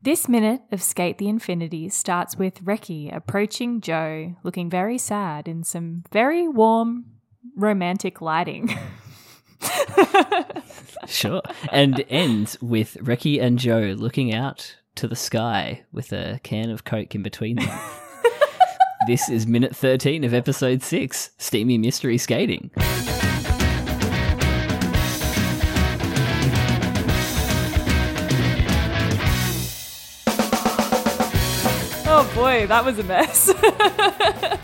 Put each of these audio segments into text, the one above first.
This minute of Skate the Infinity starts with Reki approaching Joe, looking very sad in some very warm, romantic lighting. Sure. And ends with Ricky and Joe looking out to the sky with a can of Coke in between them. this is minute 13 of episode 6 Steamy Mystery Skating. oh boy, that was a mess.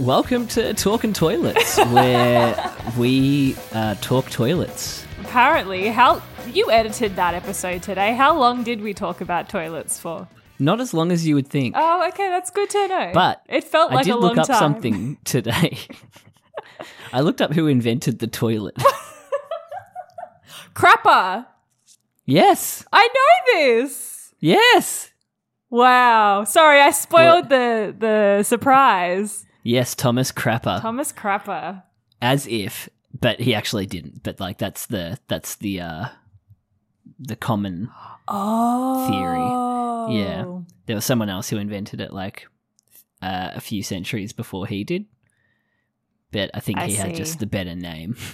Welcome to Talking Toilets, where we uh, talk toilets. Apparently, how you edited that episode today. How long did we talk about toilets for? Not as long as you would think. Oh, okay, that's good to know. But it felt like I did a long look up time. something today. I looked up who invented the toilet. Crapper. yes, I know this. yes, Wow. Sorry, I spoiled What? the the surprise. yes. Thomas Crapper, Thomas Crapper. as if, but he actually didn't. But like that's the that's the uh the common. Oh. Yeah. There was someone else who invented it like uh, a few centuries before he did. But I think I he had see. just the better name.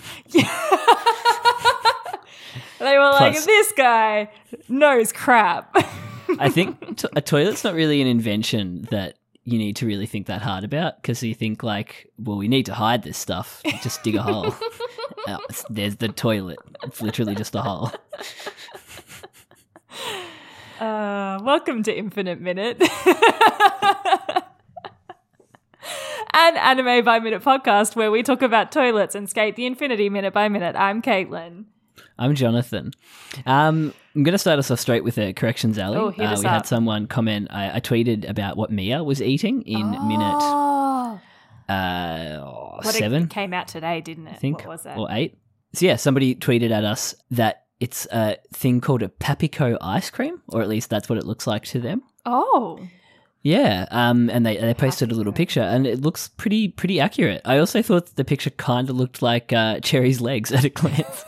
They were like, Plus- this guy knows crap. I think to- a toilet's not really an invention that you need to really think that hard about because you think like, well, we need to hide this stuff. Just dig a hole. Oh, it's- there's the toilet. It's literally just a hole. Uh, welcome to Infinite Minute. An anime by minute podcast where we talk about toilets and skate the infinity minute by minute. I'm Caitlin. I'm Jonathan. Um, I'm going to start us off straight with a corrections alley. Oh, hit uh, us we had up. someone comment. I, I tweeted about what Mia was eating in minute Oh, uh, what seven. It came out today, didn't it? I think, What was it? or eight. So yeah, somebody tweeted at us that it's a thing called a papico ice cream, or at least that's what it looks like to them. oh, Yeah, um, and they they posted a little picture, and it looks pretty pretty accurate. I also thought that the picture kind of looked like uh, Cherry's legs at a glance,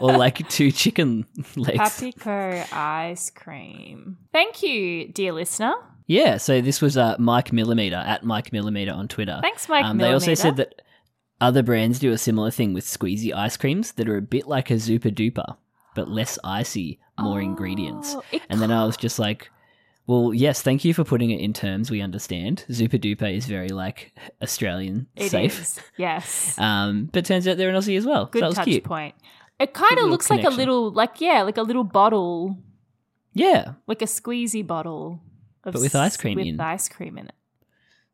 or like two chicken legs. Papico ice cream. Thank you, dear listener. Yeah, so this was uh, Mike Millimeter at Mike Millimeter on Twitter. Thanks, Mike Um, They also Millimeter. said that other brands do a similar thing with squeezy ice creams that are a bit like a Zupa Duper, but less icy, more ingredients. Oh, it And then I was just like, well, yes, thank you for putting it in terms we understand. Zupa Duper is very like Australian It is safe. Yes. Um, but turns out they're an Aussie as well. so Good that was touch cute. point. It kind of Good little looks like a connection. little, like, yeah, like a little bottle, Yeah, like a squeezy bottle. Of But with ice cream with in. ice cream in it.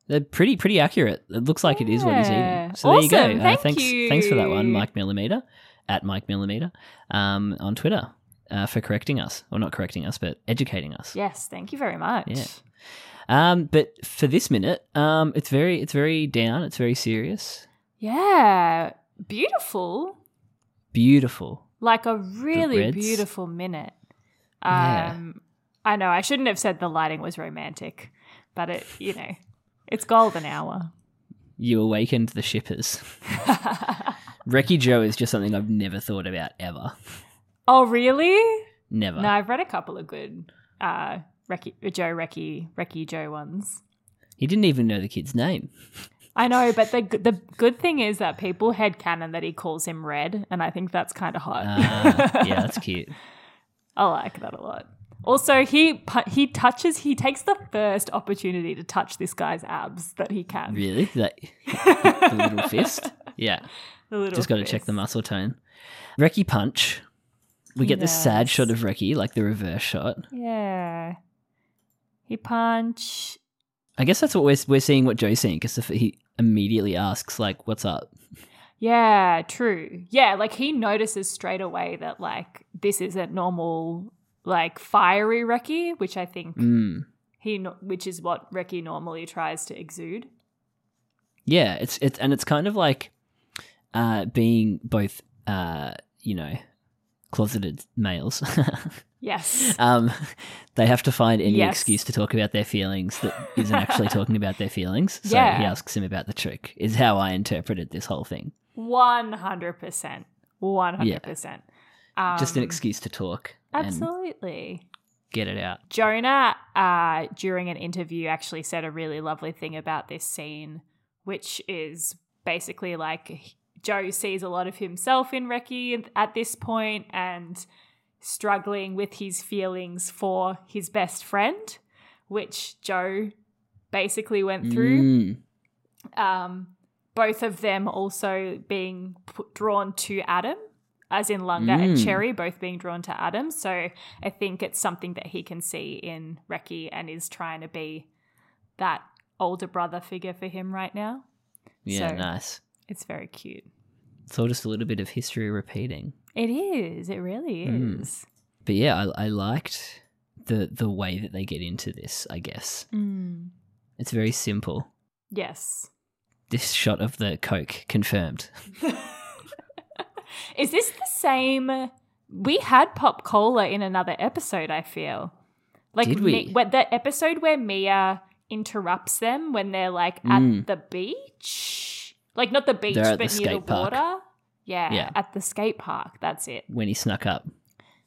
they're pretty pretty accurate. It looks like it is what he's Yeah. eating. So there you Awesome. go. Uh, Thank thanks, thanks for that one, you. Mike Millimeter at Mike Millimeter um, on Twitter uh, for correcting us, or not correcting us, but educating us. Yes, thank you very much. Yeah. Um, but for this minute, um, it's very it's very down. It's very serious. Yeah, beautiful. Beautiful. Like a really reds. beautiful minute. Yeah. Um, I know I shouldn't have said the lighting was romantic, but it, you know, it's golden hour. You awakened the shippers. Reki Joe is just something I've never thought about ever. Oh, really? Never. No, I've read a couple of good uh, Reki, Joe Reki, Reki Joe ones. He didn't even know the kid's name. I know, but the g- the good thing is that people headcanon that he calls him Red, and I think that's kind of hot. Ah, yeah, that's cute. I like that a lot. Also, he pu- he touches, he takes the first opportunity to touch this guy's abs that he can. Really? That the little fist? Yeah. The little Just got to check fist. the muscle tone. Reki punch. We get this sad Yes. shot of Reki, like the reverse shot. Yeah. He punch. I guess that's what we're we're seeing. What Joe's seeing because he immediately asks like, "What's up?" Yeah, true. Yeah, like he notices straight away that like this isn't normal, like fiery Reki, which I think Mm. he, no- which is what Reki normally tries to exude. Yeah, it's it's and it's kind of like uh, being both uh, you know closeted males. Yes. um, they have to find any Yes. excuse to talk about their feelings that isn't actually talking about their feelings. So Yeah. he asks him about the trick. Is how I interpreted this whole thing. One hundred percent. One hundred percent. Um, Just an excuse to talk and Absolutely. get it out. Jonah, uh, during an interview, actually said a really lovely thing about this scene, which is basically like Joe sees a lot of himself in Reki at this point and struggling with his feelings for his best friend, which Joe basically went through Mm. um, both of them also being p- drawn to Adam, as in Lunga and Mm. Cherry both being drawn to Adam. So I think it's something that he can see in Reki and is trying to be that older brother figure for him right now. Yeah, So- nice. It's very cute. It's all just a little bit of history repeating. It is. It really Mm. is. But yeah, I, I liked the the way that they get into this. I guess Mm. it's very simple. Yes. This shot of the coke confirmed. Is this the same? We had pop cola in another episode. I feel like Did Mi- we? where- the episode where Mia interrupts them when they're like at Mm. the beach, like not the beach, They're but at near the the skate park. water. Yeah, Yeah. at the skate park. That's it. When he snuck up,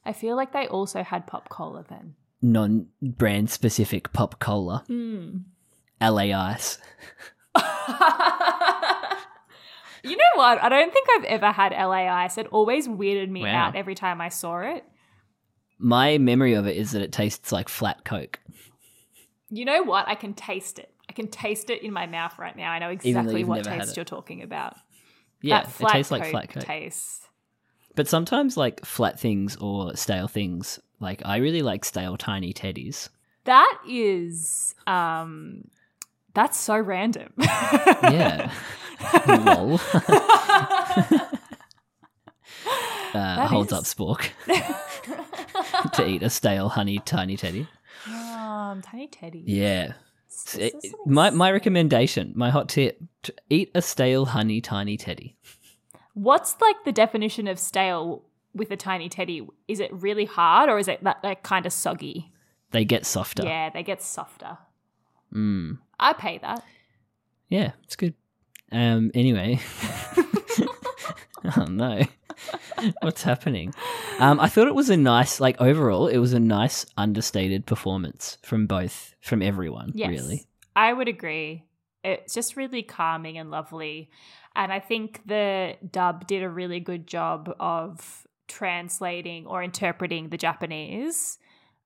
I feel like they also had pop cola then. non brand specific pop cola, Hmm. LA ice. you know what? I don't think I've ever had LA ice. It always weirded me Wow. out every time I saw it. My memory of it is that it tastes like flat coke, You know what? I can taste it. I can taste it in my mouth right now. I know though exactly you've what never had taste it. you're talking about. Yeah, that it flat tastes like coke flat coke. Taste. but sometimes like flat things or stale things. Like I really like stale tiny teddies. That is, um, that's so random. Yeah, lol. uh, That holds is- up spork to eat a stale honey tiny teddy. um, tiny teddy. Yeah. This It- is it- something my, s- my recommendation, my hot tip, to eat a stale honey tiny teddy. What's like the definition of stale with a tiny teddy? Is it really hard or is it that, like kind of soggy? They get softer. Yeah, they get softer. Mm. I pay that. Yeah, it's good. Um, anyway. oh, no. What's happening? Um, I thought it was a nice, like, overall, it was a nice, understated performance from both, from everyone, Yes. really. I would agree. It's just really calming and lovely. And I think the dub did a really good job of translating or interpreting the Japanese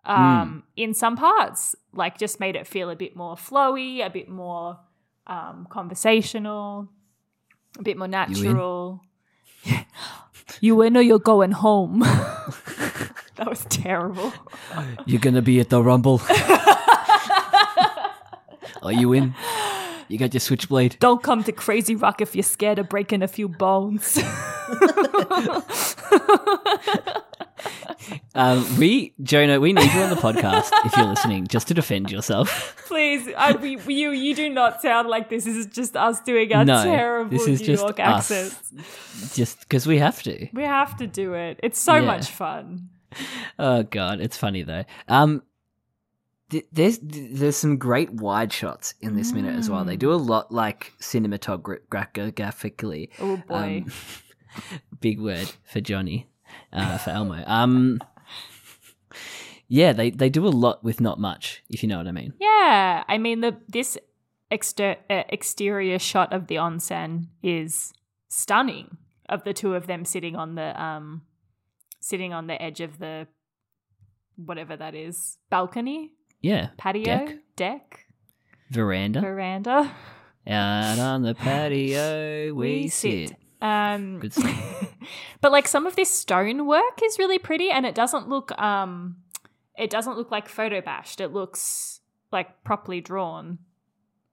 um, in some parts, like just made it feel a bit more flowy, a bit more um, conversational, a bit more natural. You will know you're going home. that was terrible. You're going to be at the Rumble. Are you in? You got your switchblade? Don't come to Crazy Rock if you're scared of breaking a few bones. Um, we, Jonah, we need you on the podcast if you're listening, just to defend yourself. Please, I, we, you you do not sound like this. This is just us doing our No, terrible this is New just York us. accents. Just because we have to. We have to do it. It's so Yeah. much fun. Oh god, it's funny though. Um, th- there's th- there's some great wide shots in this minute as well. They do a lot like cinematographically. Oh boy. Um, big word for Johnny, uh, for Elmo. Um, yeah, they they do a lot with not much, if you know what I mean. yeah, I mean the this exter- uh, exterior shot of the onsen is stunning. Of the two of them sitting on the um, sitting on the edge of the whatever that is balcony Yeah, patio Deck. deck veranda veranda. out on the patio we sit. Um, Good stuff. but like some of this stone work is really pretty, and it doesn't look um, it doesn't look like photo bashed. It looks like properly drawn.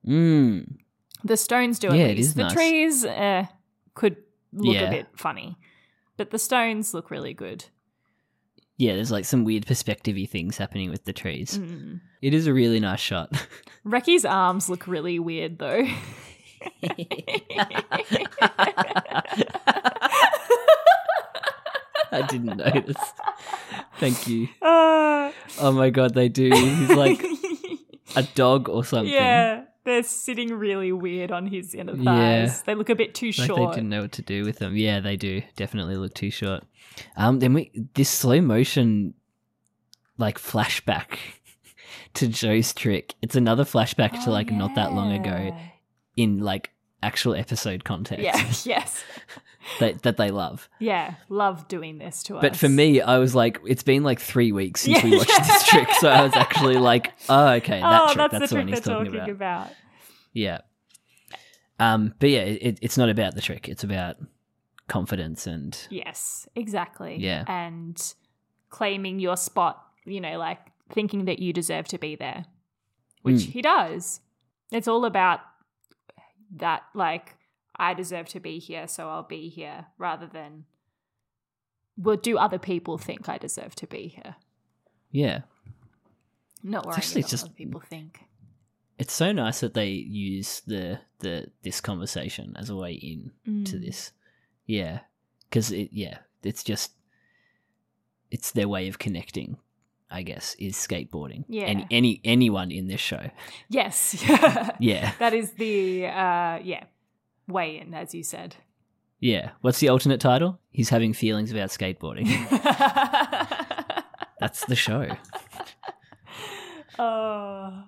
Mm. The stones do at Yeah, it least. is the nice. trees uh, could look Yeah. a bit funny. But the stones look really good. Yeah, there's like some weird perspective-y things happening with the trees. Mm. It is a really nice shot. Reki's arms look really weird though. I didn't notice. Thank you. Uh, Oh my god, they do. He's like a dog or something. yeah, they're sitting really weird on his inner thighs. Yeah. They look a bit too Like short. they didn't know what to do with them. Yeah, they do. Definitely look too short. Um, then we this slow motion, like flashback to Joe's trick. It's another flashback to Oh, like not that long ago yeah. in like actual episode context Yeah, yes. that, that they love. Yeah, love doing this to us. But for me, I was like, it's been like three weeks since Yeah, we watched yeah. this trick, so I was actually like, oh, okay, that oh, that's, trick, the that's, the one trick he's they're talking, talking about. about. Yeah. Um, but yeah, it, it's not about the trick; it's about confidence and Yes, exactly. Yeah. And claiming your spot, you know, like thinking that you deserve to be there, which Hmm. he does. It's all about that, like, I deserve to be here, so I'll be here, rather than, well, do other people think I deserve to be here? yeah. Not worrying actually about just- what other people think. It's so nice that they use the the this conversation as a way in to Mm. this, yeah, because it yeah, it's just it's their way of connecting, I guess, is skateboarding. Yeah. and any anyone in this show, Yes. yeah. That is the, uh, yeah, way in, as you said. Yeah. What's the alternate title? He's having feelings about skateboarding. That's the show. oh,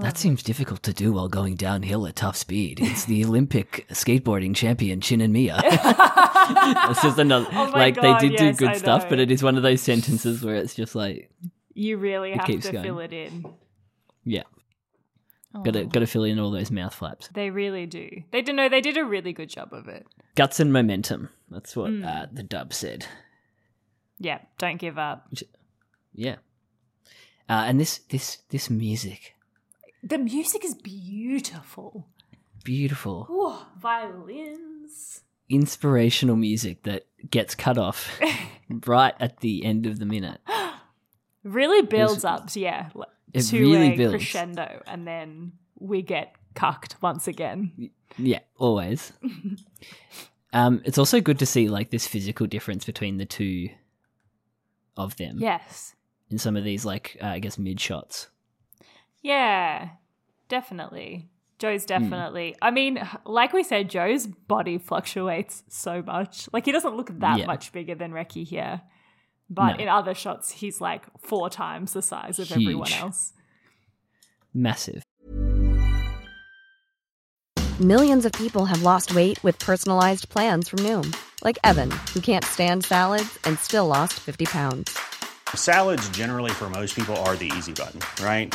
That seems difficult to do while going downhill at tough speed. It's the Olympic skateboarding champion Chin and Mia. It's just another Oh my like God, they did yes, do good I stuff, but know. it is one of those sentences where it's just like, you really It have keeps to going. fill it in. yeah, Oh. got to got to fill in all those mouth flaps. They really do. They do know they did a really good job of it. Guts and momentum. That's what Mm. uh, the dub said. Yeah, don't give up. Yeah. Uh, and this this this music, The music is beautiful. beautiful, Ooh, violins. inspirational music that gets cut off right at the end of the minute. Really builds up, yeah, l- It to really a builds. crescendo, and then we get cucked once again. Yeah, always. um, it's also good to see like this physical difference between the two of them Yes. in some of these like uh, I guess mid shots. Yeah, definitely. Joe's Hmm. definitely. I mean, like we said, Joe's body fluctuates so much. Like he doesn't look that Yeah. much bigger than Reki here, but No. in other shots, he's like four times the size of everyone Huge. else. Massive. Millions of people have lost weight with personalized plans from Noom, like Evan, who can't stand salads and still lost 50 pounds. Salads, generally, for most people, are the easy button, right?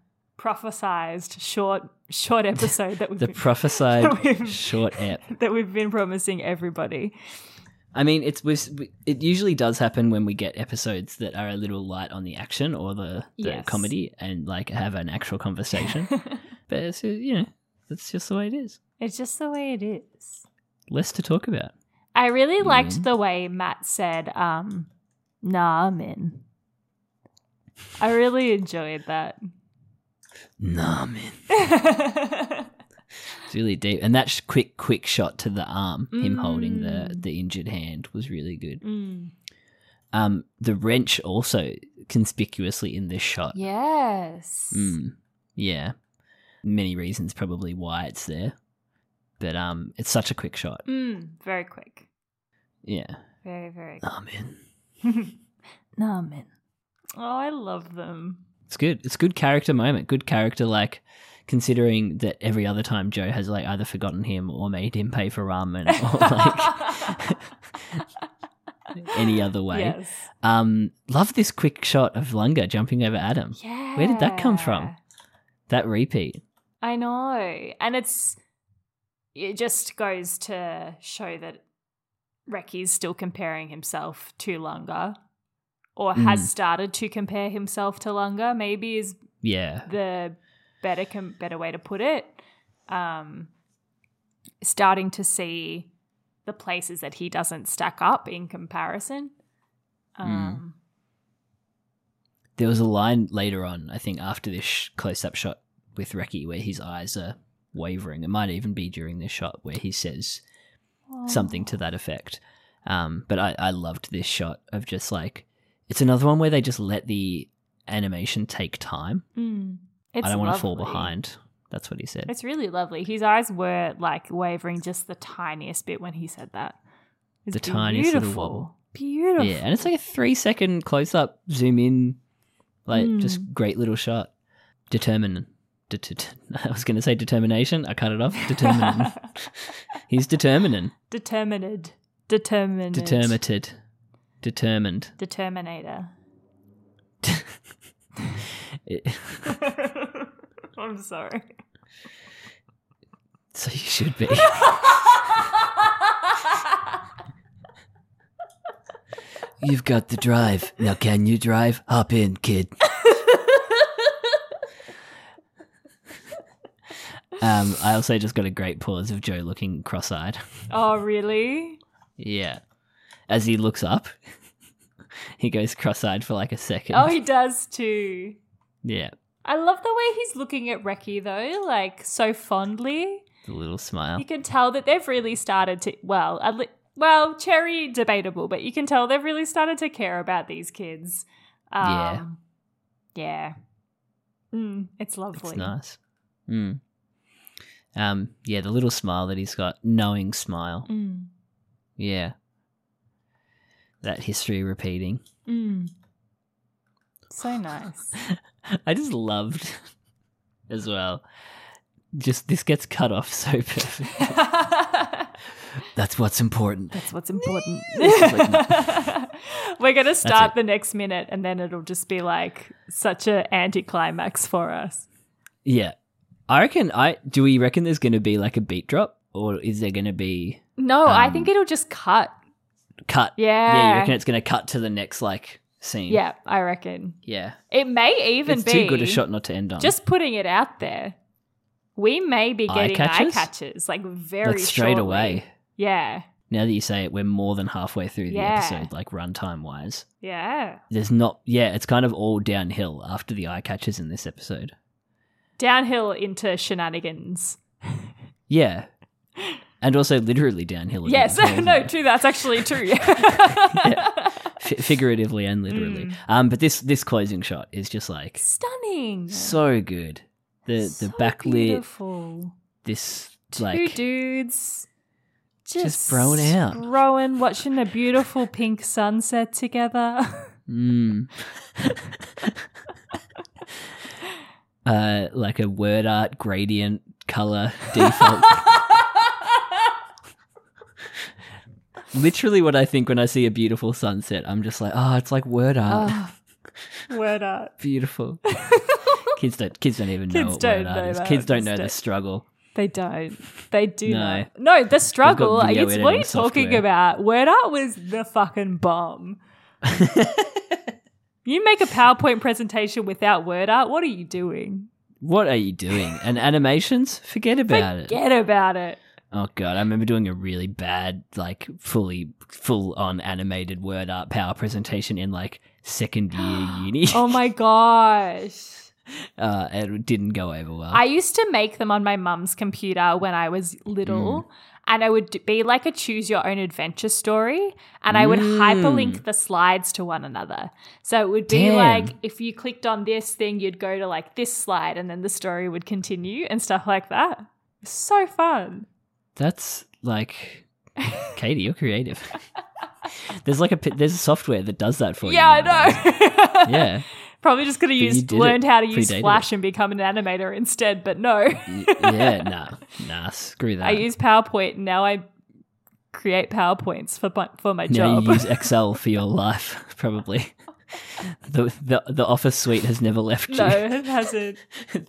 prophesized short short episode that we've The been, prophesied short app. that we've been promising everybody. I mean, it's was it usually does happen when we get episodes that are a little light on the action or the, the Yes. comedy and like have an actual conversation. but it's, you know, that's just the way it is. It's just the way it is. Less to talk about. I really liked Mm-hmm. the way Matt said, um, nah, I'm in. I really enjoyed that. Nah, man. It's really deep, and that sh- quick, Mm. quick shot to the arm, him holding the the injured hand, was really good. Um, the wrench also conspicuously in this shot. Yes. Mm, yeah. Many reasons probably why it's there. But um it's such a quick shot. Mm, very quick. Yeah. Very, very quick. Oh man. Namen. Oh, I love them. It's good. It's good character moment. Good character like considering that every other time Joe has like either forgotten him or made him pay for ramen or Oh, like any other way. Yes. Um love this quick shot of Lunga jumping over Adam. Yeah. Where did that come from? That repeat. I know. And it's it just goes to show that Reki's still comparing himself to Lunga. Or Mm. has started to compare himself to Lunga, maybe is Yeah. the better com- better way to put it. Um, starting to see the places that he doesn't stack up in comparison. Mm. Um, there was a line later on, I think, after this sh- close-up shot with Reki, where his eyes are wavering. It might even be during this shot where he says something to that effect. Um, but I, I loved this shot of just like it's another one where they just let the animation take time. mm. It's I don't want to fall lovely. behind. That's what he said. It's really lovely. His eyes were like wavering just the tiniest bit when he said that. It's The tiniest little wobble. Beautiful. Yeah, and it's like a three-second close-up, zoom in, like just great little shot. Determine. det- I was going to say determination. I cut it off. Determine. He's determining. Determined. Determined. Determined. Determined. Determinator. It- I'm sorry. so you should be. You've got the drive. Now can you drive? Hop in, kid. um, I also just got a great pause of Joe looking cross-eyed. oh, really? Yeah. As he looks up, he goes cross-eyed for like a second. Oh, he does too. yeah. I love the way he's looking at Reki though, like so fondly. The little smile. You can tell that they've really started to well, at le- well, Cherry debatable, but you can tell they've really started to care about these kids. Um, yeah, yeah. Mm, it's lovely. It's nice. Mm. Um, yeah, the little smile that he's got, knowing smile. Mm, Yeah. That history repeating. mm. So nice. I just loved as well. Just this gets cut off so perfect. That's what's important. That's what's important. is like- We're gonna start it. the next minute, and then it'll just be like such an anticlimax for us. Yeah. I reckon I do we reckon there's gonna be like a beat drop? Or is there gonna be No, I think Um, it'll just cut. cut? Yeah, Yeah. you reckon it's gonna cut to the next like scene. Yeah, I reckon Yeah. it may even it's be too good a shot not to end on. Just putting it out there, we may be Eye getting eye catches? catches like very like straight shortly. away. Yeah, Now that you say it, we're more than halfway through the Yeah. episode, like runtime wise. yeah. There's not, yeah, it's kind of all downhill after the eye catches in this episode. Downhill into shenanigans. Yeah. And also literally downhill. as Yes, well, isn't no, it? true. That's actually true. Fi figuratively and literally. Mm. Um, but this this closing shot is just like Stunning. so good. The So the backlit, beautiful. this Two like dudes just just, thrown out. throwing, watching a beautiful pink sunset together. Mm. uh, like a word art gradient color default. Literally, what I think when I see a beautiful sunset, I'm just like, oh, it's like word art. Word up. beautiful. kids don't. Kids don't even know Kids what don't word art know is. that. Kids don't know Just the don't- struggle. They don't. They do No. know. No, the struggle. It's video what are you editing talking software. about? Word art was the fucking bomb. you make a PowerPoint presentation without word art. What are you doing? What are you doing? And animations? Forget about it. Forget about it. Oh god, I remember doing a really bad, like fully full on animated word art power presentation in like second year uni. Oh my gosh. Uh, it didn't go over well. I used to make them on my mum's computer when I was Mm. little. And I would d- be like a choose your own adventure story, and I would hyperlink the slides to one another. So it would be Mm. Damn. like if you clicked on this thing, you'd go to like this slide, and then the story would continue and stuff like that. So fun. That's like, Katie, you're creative. there's like a pi- there's a software that does that for yeah, you. nowadays. I know. Yeah. Probably just could have you used did it. learned how to use Predated it. Flash and become an animator instead, but no. Y- yeah. Nah. Nah. Screw that. I use PowerPoint and now I create PowerPoints for bu- for my now job. you use Excel for your life, probably. The, the the office suite has never left you. no, it hasn't.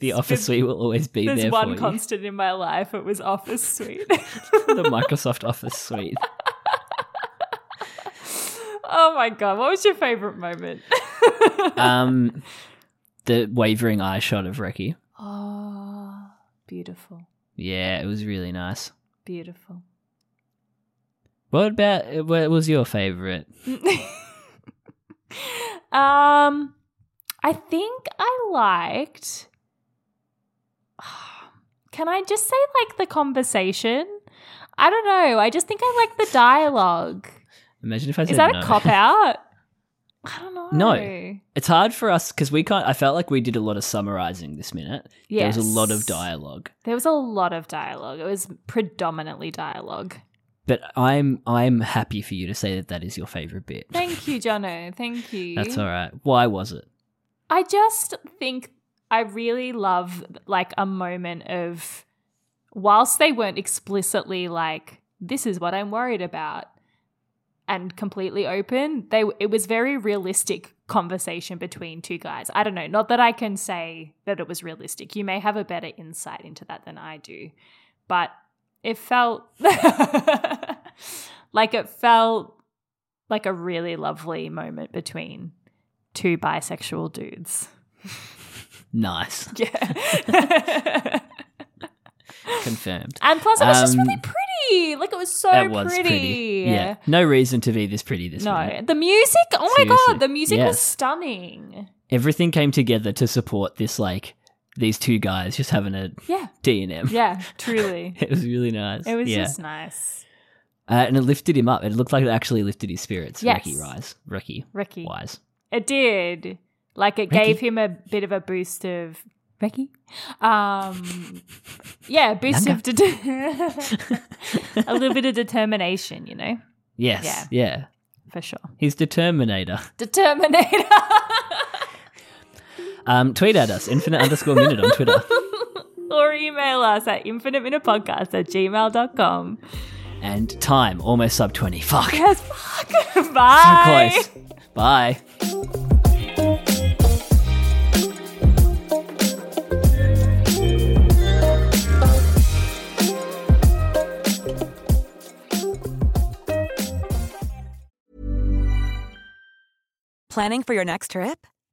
the office suite will always be There's there one for you. constant in my life. It was Office Suite. the Microsoft Office suite. oh my god, what was your favorite moment? Um, the wavering eye shot of Reki. oh, beautiful, Yeah, it was really nice. beautiful. What about what was your favorite? um, I think I liked. Can I just say like the conversation? I don't know. I just think I like the dialogue. Imagine if I said Is that no. a cop out? I don't know. No. It's hard for us because we can't. I felt like we did a lot of summarizing this minute. There was a lot of Yes. dialogue, There was a lot of dialogue. It was predominantly dialogue. but I'm I'm happy for you to say that that is your favorite bit. Thank you, Jono. Thank you. That's all right. Why was it? I just think I really love like a moment of whilst they weren't explicitly like this is what I'm worried about and completely open, they it was very realistic conversation between two guys. I don't know, not that I can say that it was realistic. You may have a better insight into that than I do. But it felt like it felt like a really lovely moment between two bisexual dudes. Nice, Yeah. confirmed. and plus, it was just really Um, pretty. Like, it was so that was pretty. Yeah, no reason to be this pretty this minute. No, the music. Oh my Seriously. god, the music was Yes. stunning. everything came together to support this like these two guys just having a Yeah, D and M. yeah, truly. It was really nice. It was yeah. just nice. uh, and it lifted him up. It looked like it actually lifted his spirits. Yes. Ricky Rise. Ricky Ricky, Wise. it did. Like, it Ricky. gave him a bit of a boost of Ricky. Um, yeah, a boost of de- a little bit of determination. You know, Yes. Yeah. Yeah. for sure. He's Determinator. Determinator. Um, tweet at us, infinite underscore minute on Twitter. or email us at infiniteminutepodcast at gmail.com. And time, almost sub 20. Fuck. Yes, fuck. Bye. So close. Bye. Planning for your next trip?